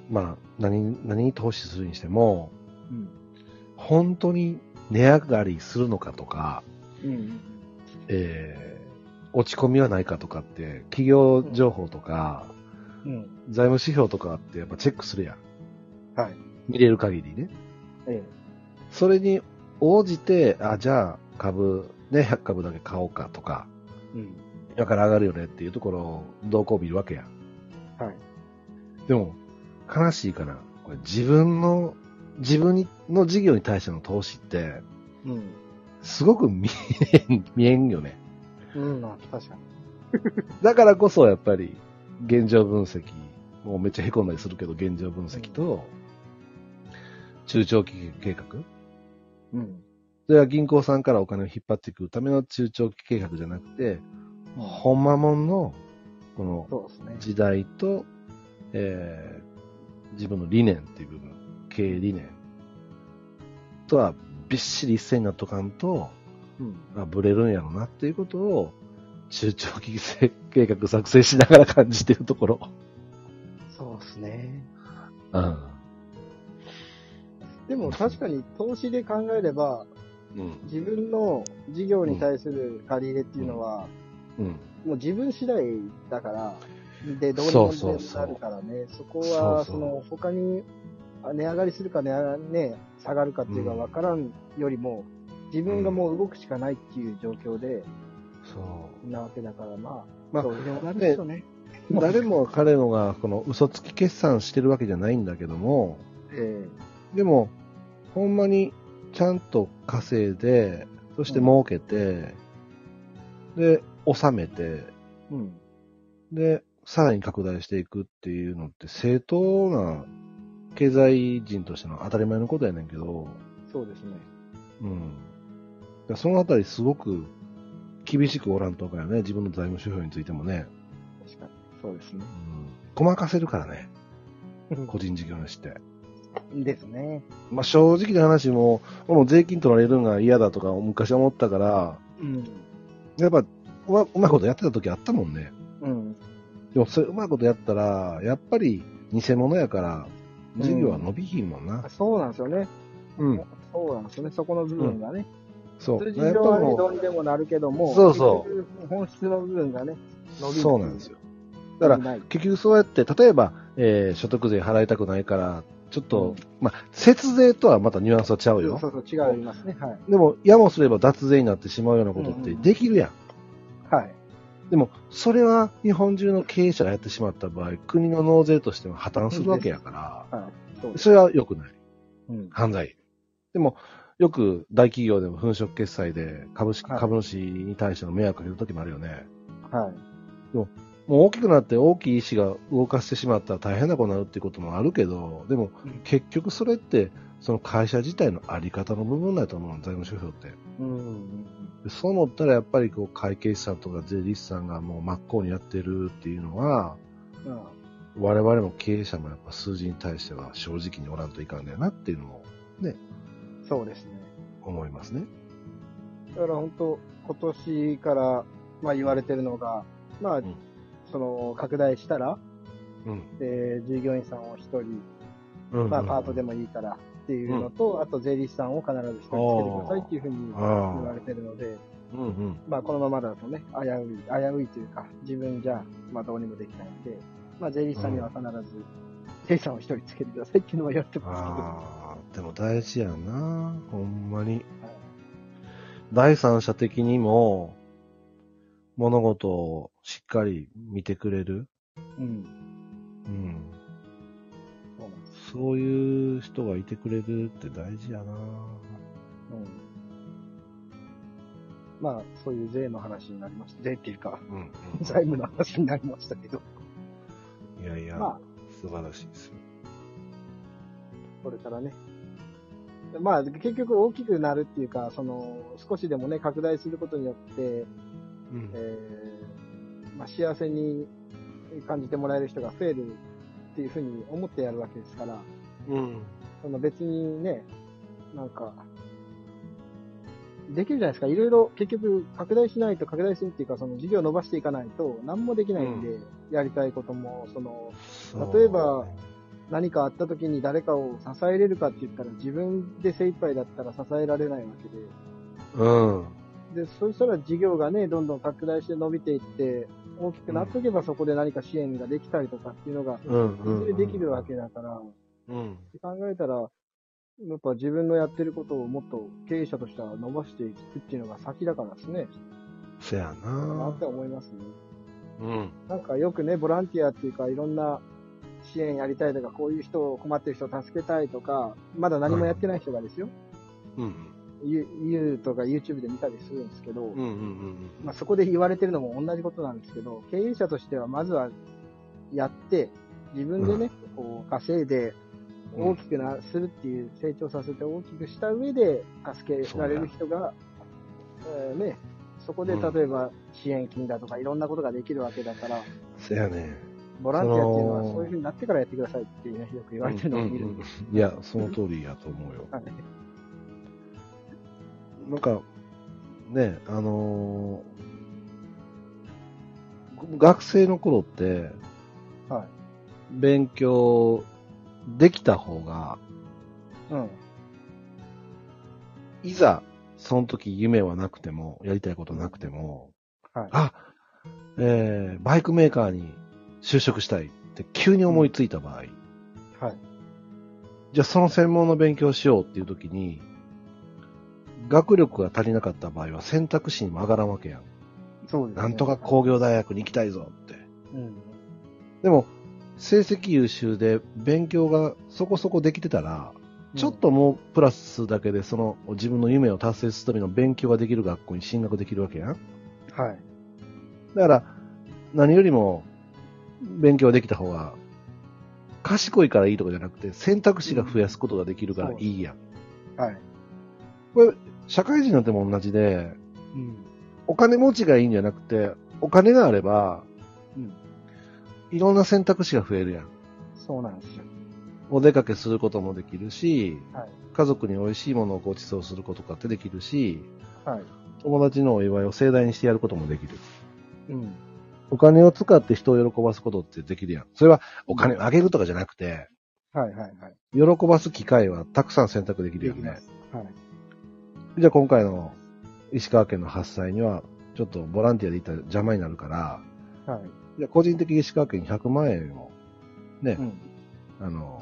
まあ、何、何に投資するにしても、
うん。
本当に値上がりするのかとか、
うん。
えー落ち込みはないかとかって、企業情報とか、
うん。
財務指標とかってやっぱチェックするやん。
はい。
見れる限りね。
え
それに応じて、あ、じゃあ株、ね、100株だけ買おうかとか、
え。うん。
だから上がるよねっていうところを動向を見るわけやん。
はい。
でも、悲しいかな。これ自分の、自分にの事業に対しての投資って、
うん。
すごく見えん、 (laughs) 見えんよね。
うん、まあ確かに。
だからこそやっぱり現状分析、もうめっちゃへこんだりするけど現状分析と、中長期計画。
うん。
それは銀行さんからお金を引っ張っていくための中長期計画じゃなくて、ほんまもんの、この
そうですね。
時代と、えー自分の理念っていう部分、経営理念とはびっしり一斉になっとかんと、
うん。
あブレるんやろなっていうことを、中長期計画作成しながら感じてるところ。
そうですね。
うん。
でも確かに投資で考えれば、
うん。
自分の事業に対する借り入れっていうのは、
うん。
もう自分次第だから、で、どうに
そう
で
そ
も
うそう
なるからね、そこは、
そうそう
その、他に、あ値上がりするか値上がり、ね、下がるかっていうか
うん
分からんよりも、自分がもう動くしかないっていう状況で、
そ
なわけだから、ま
ま
あ、
あ
どうにでもなるでしょうね。
う。誰も彼もがこの嘘つき決算してるわけじゃないんだけども、
え
でも、ほんまにちゃんと稼いで、そして儲けて、で、納めて、
えうん。
で、さらに拡大していくっていうのって正当な経済人としての当たり前のことやねんけど、
そうですね。
うん。だからそのあたりすごく厳しくおらんとあかんよね。自分の財務指標についてもね。
確かに。そうですね
う。ん。ごまかせるからね。個人事業主って。
ですね。
まあ、正直な話も、俺も税金取られるのが嫌だとか昔は思ったから、
うん。
やっぱうまうまいことやってた時あったもんね。
うん。
でもそれうまいことやったら、やっぱり偽物やから、事業は伸びひんもんな。
そうなんですよね。
うん。
そうなんですよね。そこの部分がね。
そう。
数字
やっぱ
上はね、ど
も
うにでもなるけども、
そうそう
結局本質の部分がね、伸
う、
びる
そうなんですよ。だから、
ない
結局そうやって、例えば、えー所得税払いたくないから、ちょっと、まあ、節税とはまたニュアンスはちゃうよ。
そうそう、違いますね。はい。
でも、やもすれば脱税になってしまうようなことって
うん
できるやん。
はい。
でも、それは日本中の経営者がやってしまった場合、国の納税としても破綻するわけやから、
はい。そうです。
それは良くない。
うん。
犯罪。でも、よく大企業でも粉飾決済で株式、
はい
株主に対しての迷惑かける時もあるよね。
はい。
もう大きくなって大きい意志が動かしてしまったら大変なことになるっていうこともあるけど、でも
うん
結局それって、その会社自体のあり方の部分だと思うの、財務指標って。
うん。
でそう思ったらやっぱりこう会計士さんとか税理士さんがもう真っ向にやってるっていうのは、
うん
我々も経営者もやっぱ数字に対しては正直におらんといかんだよなっていうのをね、
そうですね。
思いますね。
だから本当、今年から、まあ言われてるのが、まあ、
ん
その、拡大したら、
うん。
で、従業員さんを一人、
うん
まあパートで
も。
もいいからっていうのと、あと税理士さんを必ず一人つけてくださいっていうふうに言わ
あ
れてるので、
あ。うんうん。
まあこのままだとね、危うい、危ういというか、自分じゃ、まあどうにもできないので、まあ税理士さんには必ず、税理士さんを一人つけてくださいっていうのは言われてます
ああ、でも大事やな。ほんまに
はい。
第三者的にも、物事をしっかり見てくれる。
けど。うん。
うん。
そうなんです。
そういう人がいてくれるって大事やな。
うん。まあ、そういう税の話になりました。税っていうか、 (laughs)
うん、
財務の話になりましたけど、
うん。いやいや、
ま
素晴らしいですよ。
これからね。まあ、結局大きくなるっていうか、その、少しでもね、拡大することによって、
うん
えー、まあ、幸せに感じてもらえる人が増えるっていうふうに思ってやるわけですから、
うん。
その別にね、なんか、できるじゃないですか。いろいろ結局拡大しないと拡大するっていうか、その事業を伸ばしていかないと何もできないんで、やりたいことも、その、
そう
例えば、何かあった時に誰かを支えれるかって言ったら、自分で精一杯だったら支えられないわ
うん。
けで、で、そしたら事業がね、どんどん拡大して伸びていって、大きくなっておけばそこで何か支援ができたりとかっていうのが、
うん
いずれできるわけだから、
うん。
って考えたら、やっぱ自分のやってることをもっと経営者としては伸ばしていくっていうのが先だからですね。
せや
な
な
って。思いますね。
うん。
なんかよくね、ボランティアっていうか、いろんな支援やりたいとか、こういう人を困ってる人を助けたいとか、まだ何もやってない人がですよ。
うん。
ゆ You とか YouTube で見たりするんですけど
うん。、うん。うん。
まあ、そこで言われてるのも同じことなんですけど、経営者としてはまずはやって、自分でね、こう稼いで、
うん
大きくな、するっていう、成長させて大きくした上で、助けられる人が、えーね、そこで
うん
例えば支援金だとかいろんなことができるわけだから、
せやね。
ボランティアっていうのは
その
そういう風になってからやってくださいっていうね、よく言われてるのを見るんです。
うんうんいや、その通りやと思うよ。
はい
(laughs) なんか、ね、あのー学生の頃って、
はい
勉強できた方が、
うん。
いざ、その時夢はなくても、やりたいことなくても、
はい
あ、えーバイクメーカーに就職したいって急に思いついた場合、
はい。
じゃあその専門の勉強をしようっていう時に、学力が足りなかった場合は選択肢にも上がらんわけやん。
そうです、ね。
なんとか工業大学に行きたいぞって。
うん。
でも、成績優秀で勉強がそこそこできてたら、ちょっともうプラスするだけで、その自分の夢を達成するための勉強ができる学校に進学できるわけやん。
うん、はい。
だから、何よりも勉強できた方が、賢いからいいとかじゃなくて、選択肢が増やすことができるからいいやん。
はい。
これ、社会人になっても同じで、
うん。
お金持ちがいいんじゃなくて、お金があれば、
うん。
いろんな選択肢が増えるやん。
そうなんですよ。
お出かけすることもできるし、
はい
家族に美味しいものをご馳走することかってできるし、
はい。
友達のお祝いを盛大にしてやることもできる。
うん。
お金を使って人を喜ばすことってできるやん。それはお金をあげるとかじゃなくて、
はいはいはい。
喜ばす機会はたくさん選択できるよ
できま
ね。
す。はい。
じゃあ今回の石川県の発災には、ちょっとボランティアで行ったら邪魔になるから、
はい。
じゃあ個人的に石川県に100万円を、ね、
うん。
あの、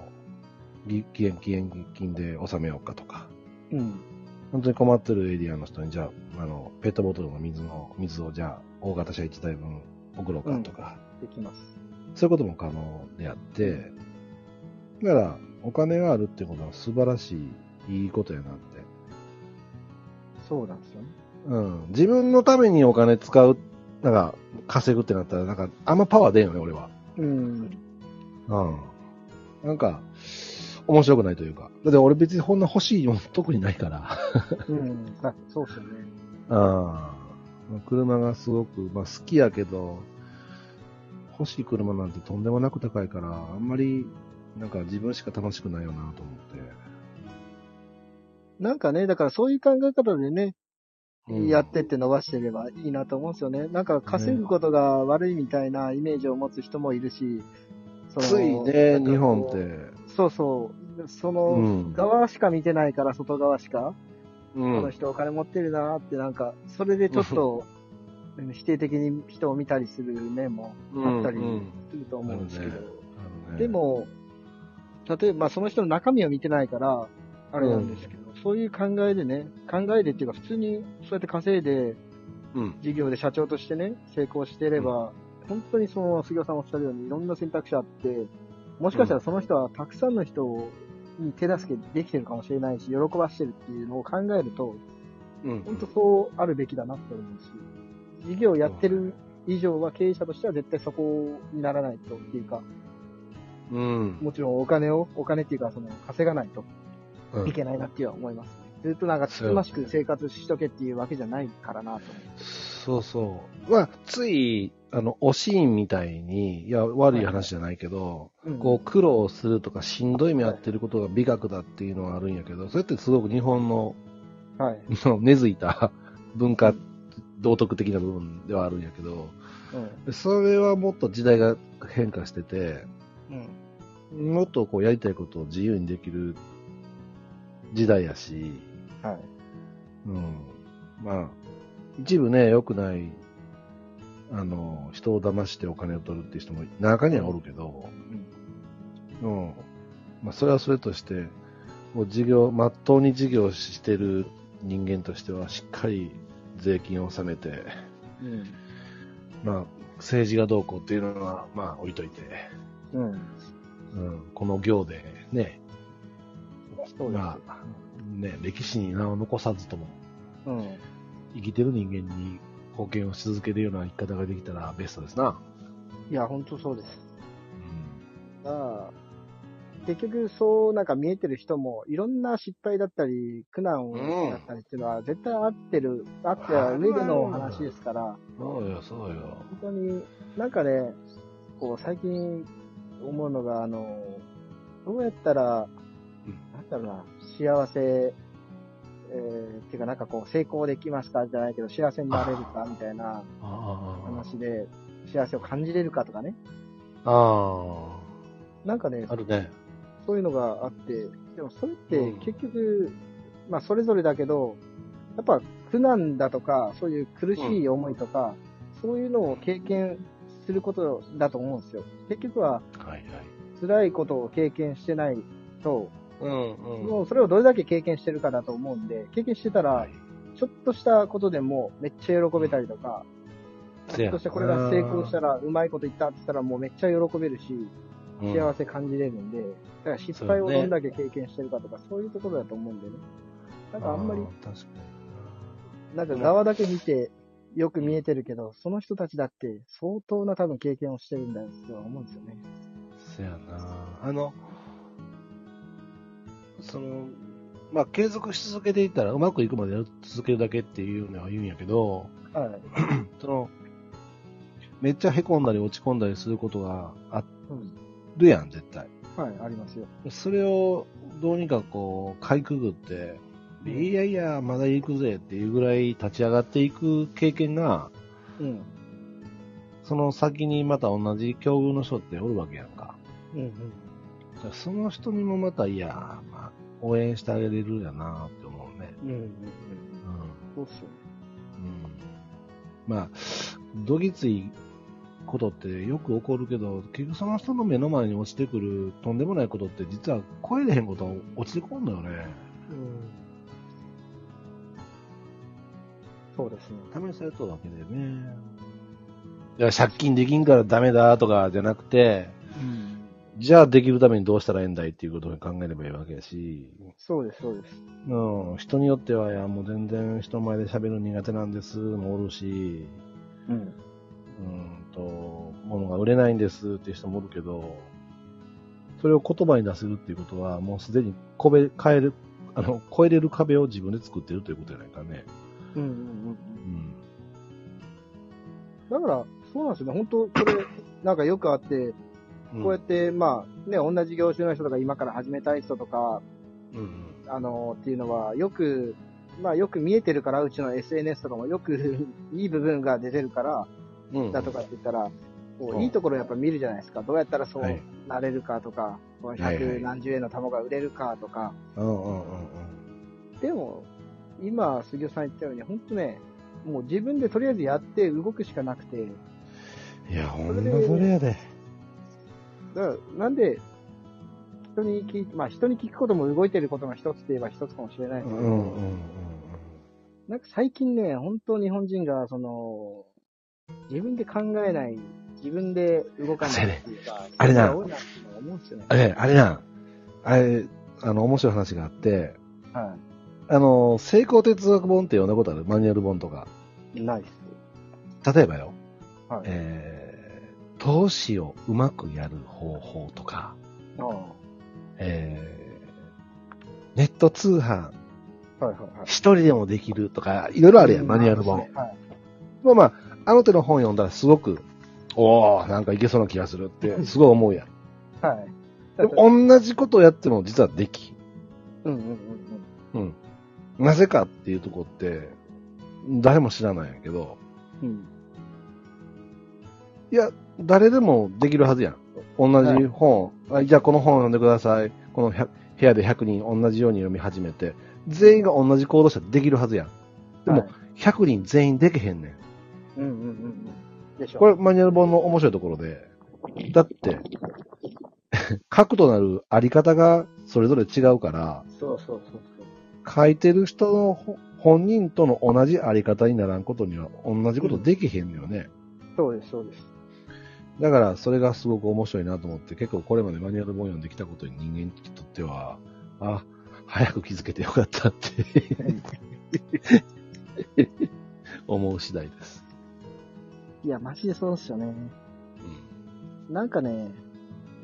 ぎ義援義援金で納めようかとか、
うん。
本当に困ってるエリアの人に、じゃあ、あの、ペットボトルの水の、水をじゃあ、大型車1台分送ろうかとか、
できます。
そういうことも可能であって、だから、お金があるってことは素晴らしい、いいことやなって。
そうなんですよね。
うん。自分のためにお金使う、なんか、稼ぐってなったら、なんか、あんまパワー出んよね、俺は。
うん。
うん。なんか、面白くないというか。だって俺別にこんな欲しいもん特にないから。 (laughs)
うん。だそうですよね。
うん。車がすごく、まあ好きやけど、欲しい車なんてとんでもなく高いから、あんまり、なんか自分しか楽しくないよなと思って。
なんかね、だからそういう考え方でね、
うん
やってって伸ばしてればいいなと思うんですよね。なんか稼ぐことが悪いみたいなイメージを持つ人もいるし、その
ついね、
なんかこう
日本って。
そうそう。その
ん。
側しか見てないから、外側しか、
う
この人お金持ってるなーって、なんか、それでちょ
(laughs)
っと、否定的に人を見たりする面もあったり
うんうん
すると思うんですけど、
あるねあのね
で、も、例えばまあその人の中身を見てないから、あれなんですけど、そういう考えでね、考えでっていうか、普通にそうやって稼いで、
うん。
事業で社長としてね、成功していれば、本当にその杉尾さんおっしゃるように、いろんな選択肢あって、もしかしたらその人はたくさんの人に手助けできてるかもしれないし、喜ばしてるっていうのを考えると、
うん。
本当そうあるべきだなって思うし、事業をやってる以上は経営者としては絶対そこにならないとっていうか、
うん。
もちろんお金を、お金っていうかその稼がないと
うん
いけないなっていうのは思います。ずっとなんかつつましく生活しとけっていうわけじゃないからなと。
そうそう。まあ、つい、あの、おしんみたいに、いや、悪い話じゃないけど、
うん
こう、苦労するとか、しんどい目合ってることが美学だっていうのはあるんやけど、それってすごく日本の、 (laughs)
はい。
の根付いた (laughs) 文化、道徳的な部分ではあるんやけど、
うん。
それはもっと時代が変化してて、
うん。
もっとこう、やりたいことを自由にできる時代やし、
はい。
うん。まあ、一部ね、良くない、あの、人を騙してお金を取るっていう人も中にはおるけど、うん。まあ、それはそれとして、もう事業、まっとうに事業してる人間としては、しっかり税金を納めて、
うん。
まあ、政治がどうこうっていうのは、まあ、置いといて、
うん。
うん、この行でね、
そうです。
まあ、ね、歴史に名を残さずとも、
うん。
生きてる人間に貢献をし続けるような生き方ができたらベストですな。
いや、本当そうです。
う
まあ、結局、そう、なんか見えてる人も、いろんな失敗だったり、苦難をだったりっていうのは、絶対合ってる、合っては上での話ですから、
んそうよ、そうよ。
本当に、なんかね、こう、最近思うのが、あの、どうやったら
うん、
なんだろうな、幸せ、えー、っていうか、なんかこう、成功できますかじゃないけど、幸せになれるかみたいな
あ
話で、幸せを感じれるかとかね。
あ。あ
なんかね
あ。、あるね。
そういうのがあって、でもそれって
うん
結局、まあそれぞれだけど、やっぱ苦難だとか、そういう苦しい思いとか、そういうのを経験することだと思うんですよ。結局は
はいはい。
辛いことを経験してないと、
うん
もうそれをどれだけ経験してるかだと思うんで、経験してたら、ちょっとしたことでもめっちゃ喜べたりとか、
せやな
そしてこれが成功したら、うまいこといったって言ったらもうめっちゃ喜べるし、幸せ感じれるんで、だから失敗をどんだけ経験してるかとか、そういうところだと思うんでね。なんかあんまり、
確か
なんか側だけ見て、よく見えてるけど、その人たちだって相当な多分経験をしてるんだよって思うんですよね。
にな。せやな。あの、その、まあ、継続し続けていったら、うまくいくまでやる続けるだけっていうのは言うんやけど、
はい。
その、めっちゃ凹んだり落ち込んだりすることがあ
うん。
るやん、絶対。
はい、ありますよ。
それをどうにかこう、かいくぐって、いやいや、まだ行くぜっていうぐらい立ち上がっていく経験が、
うん。
その先にまた同じ境遇の人っておるわけやんか。
うんうん。
だからその人にもまた、いや、まあ、応援してあげれるやなって思うね。
うんうんうん。
う
そうっすよ。
ん。うん。まあ、どぎついことってよく起こるけど、結局その人の目の前に落ちてくるとんでもないことって実は超えれへんことは落ちてこんだよね。
うん。そうですね。
試されただけでね。いや、借金できんからダメだとかじゃなくて、
うん。
じゃあできるためにどうしたらええんだいっていうことを考えればいいわけやし、
そうです、そうです。
うん、人によっては、いや、もう全然人前で喋るの苦手なんです、もおるし、
うん。
うんと、物が売れないんですっていう人もおるけど、それを言葉に出せるっていうことは、もうすでにこべ、変える、あの、超えれる壁を自分で作ってるということじゃないかね。
うんうんうんうん
う。ん。
だから、そうなんですよね。本当これ、なんかよくあって、こうやって、まあ、ね、同じ業種の人とか、今から始めたい人とか、
うん、うん。
あの、っていうのは、よく、まあよく見えてるから、うちの SNS とかもよくいい部分が出てるから、
うん
だとかって言ったら、こ
う
うんいいところやっぱ見るじゃないですか。どうやったらそ
は
う
い
なれるかとか、この
はいは
100
い
何十円の玉が売れるかとか。
うんうんうんうん。
でも、今、杉尾さん言ったように、本当ね、もう自分でとりあえずやって動くしかなくて、
いや、ほんまそれやで。
だからなんで、人に聞いまあ人に聞くことも動いてることが一つといえば一つかもしれないで
う
す
ん
け
う
ど、
んうん
なんか最近ね、本当日本人が、その、自分で考えない、自分で動かないっていうか、
あれな
それが多いなっていうのは思うんですよね。
あれ、あれなん。あれ、あの、面白い話があって、
は
あの、成功哲学本って読んだことあるマニュアル本とか。
い。ないです。
例えばよ、
はい。
えー、投資をうまくやる方法とか、
ああ
えー、ネット通販、
はいはいはい。
一人でもできるとか、いろいろあるやん、マニュアル
も
本
は。い。
まあまあ、あの手の本読んだらすごく、おー、なんかいけそうな気がするって、すごい思うやん。
はい。
でも同じことをやっても実はできひん。
うんうんうんうん。
うん。なぜかっていうとこって、誰も知らないんやけど、
うん。
いや、誰でもできるはずやん。同じ本、あじゃあこの本を読んでください。この100部屋で100人同じように読み始めて、全員が同じ行動したらできるはずやん。でも
はい、
100人全員できへんねん。
うんうんうんうん。でしょ。
これマニュアル本の面白いところで、だって、 (laughs) 核となるあり方がそれぞれ違うから、
そうそうそうそう。
書いてる人のほ本人との同じあり方にならんことには同じことできへんのよね。
そうです、そうです。
だからそれがすごく面白いなと思って、結構これまでマニュアル本読んできたことに人間にとっては、あ、早く気づけてよかったって思う次第です。
いや、マジでそうですよね。
うん
なんかね、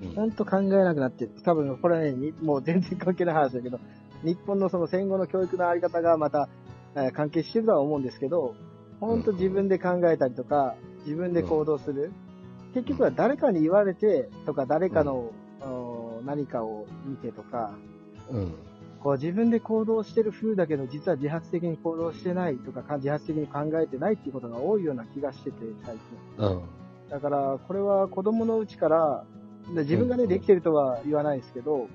うん
ほんと考えなくなってる、多分これはね、にもう全然関係ない話だけど、日本のその戦後の教育のあり方がまた、えー関係してるとは思うんですけど、ほんと自分で考えたりとか、自分で行動する。結局は誰かに言われてとか、誰かの、あの何かを見てとか、
うん
こう自分で行動してる風だけど、実は自発的に行動してないとか、か自発的に考えてないっていうことが多いような気がしてて、最近。
うん
だから、これは子供のうちから、で自分がね、
うん
できてるとは言わないですけど、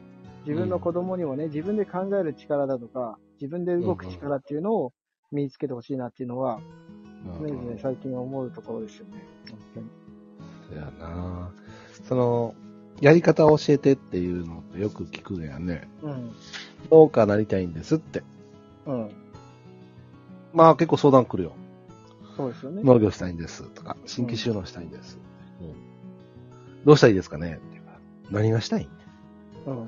自分の子供にもね、自分で考える力だとか、自分で動く力っていうのを身につけてほしいなっていうのは、常
うん
々最近思うところですよね。
そやなその、やり方を教えてっていうのってよく聞くんやね。
うん。
どうかなりたいんですって。
うん。
まあ結構相談来るよ。
そうですよね。
農業したいんですとか、新規収納したいんです。どうしたらいいですかねっていうから何がしたい
うん。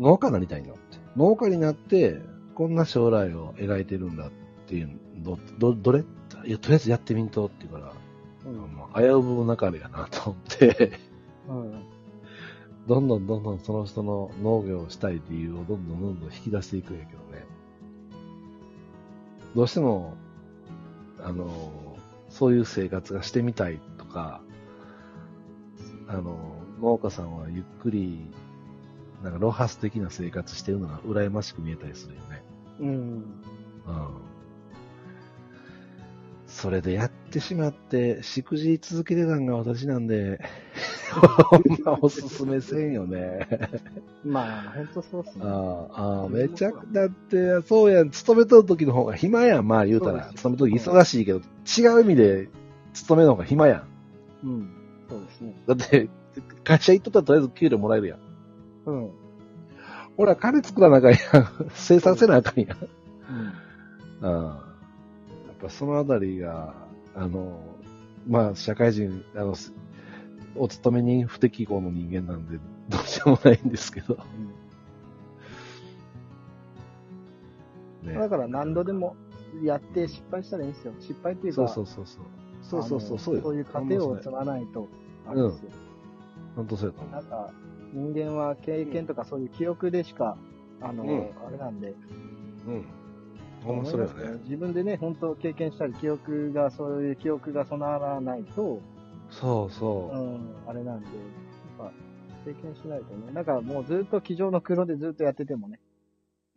農家になりたいのって。農家になって、こんな将来を描いてるんだっていう、ど、ど、どれいや、とりあえずやってみんとっていうから、
うん。
もう危うぶ中でやなと思って。
うん。
どんどんどんどんその人の農業をしたい理由をどんどんどんどん引き出していくんやけどね。どうしても、あの、そういう生活がしてみたいとか、あの、農家さんはゆっくり、なんかロハス的な生活してるのが羨ましく見えたりするよね。
うん。
うん。それでやってしまって、しくじり続けてたんが私なんで、 (laughs) ほんまおすすめせんよね。
まあ、本当そうっすね。
ああ、ああ、めちゃくだって、そうやん、勤めとる時の方が暇やん、まあ言うた
そう
ら。
です
勤めとる時忙しいけど、違う意味で、勤めの方が暇やん。
うん。そうですね。
だって、 (laughs) 会社行っとったらとりあえず給料もらえるやん。
うん。
ほら、金作らなあかんやん。 (laughs) 生産せなあかんやん。
うん。
ああやっぱそのあたりが、あの、まあ、社会人、あの、すお勤めに不適合の人間なんで、どうしようもないんですけど。ね
だから何度でもやって失敗したらいいんですよ。失敗というか、
そうそうそうそう。そうそうそう、そう
あのそういう過程を積まないと、あれですよ。
本当そうやと思
な。
うん
か、人間は経験とかそういう記憶でしか、あの、
うん
あれなんで、
うん。面白いよ
思ますけ
ね
ど。自分でね、本当経験したり、記憶が、そういう記憶が備わらないと、
そう
う
そ
ん、あれなんで、やっぱ、経験しないとね、なんかもうずっと机上の黒でずっとやっててもね、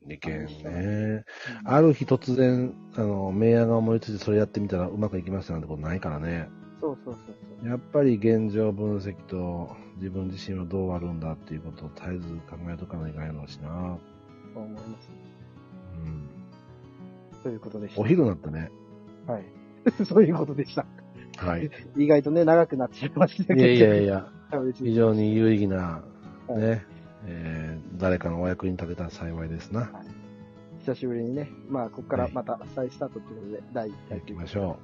利権ね。ある日突然、あの、名案が思いついてそれやってみたらうまくいきましたなんてことないからね。
そうそうそう
やっぱり現状分析と自分自身をどうあるんだっていうことを絶えず考えとかないかんやろうしな。
そう、そう思います。
うん。
ということでした。
お昼になったね。
はい。 (laughs) そういうことでした。
(laughs) はい。い
意外とね、長くなっちゃいましたけど。
やいやいや、
別
(laughs) 非
に
常に有意義な、
はい
ね、えー誰かのお役に立てたら幸いですな。
久しぶりにね、まあ、ここから
はい
また再スタートということで、第1
やっ
回
て
と
いき
いうこ
ま
と
しょ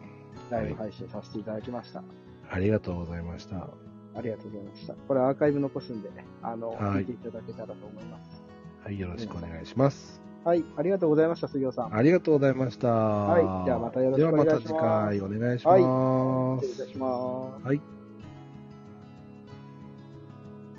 でライブ配信させていただきました。
う。ありがとうございました。
ありがとうございました。これアーカイブ残すんでね、あの、
はい
見ていただけたらと思います。
はい、よろしくお願いします。
はい、ありがとうございました、杉尾さん。
ありがとうございました。
はいじゃあまたよろしくお願いします
ではまた次回お願いします。
失礼いたします。
はい